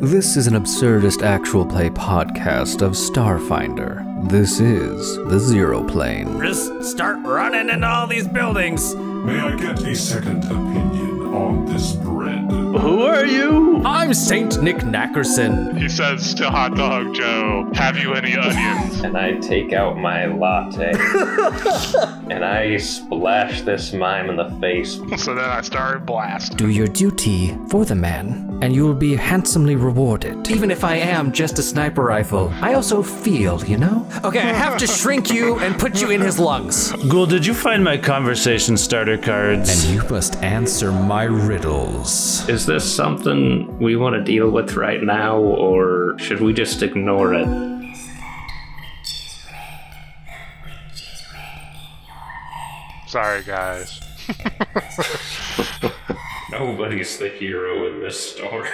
This is an absurdist actual play podcast of Starfinder. This is the Zero Plane. Just start running into all these buildings. May I get a second opinion on this bread? Who are you? I'm Saint Nick Knackerson. He says to Hot Dog Joe, Have you any onions? and I take out my latte and I splash this mime in the face. so then I start blasting. Do your duty for the man, and you will be handsomely rewarded. Even if I am just a sniper rifle, I also feel, you know? Okay, I have to shrink you and put you in his lungs. Ghoul, did you find my conversation starter cards? You must answer my riddles. Is this something we want to deal with right now, or should we just ignore it? Sorry, guys. Nobody's the hero in this story.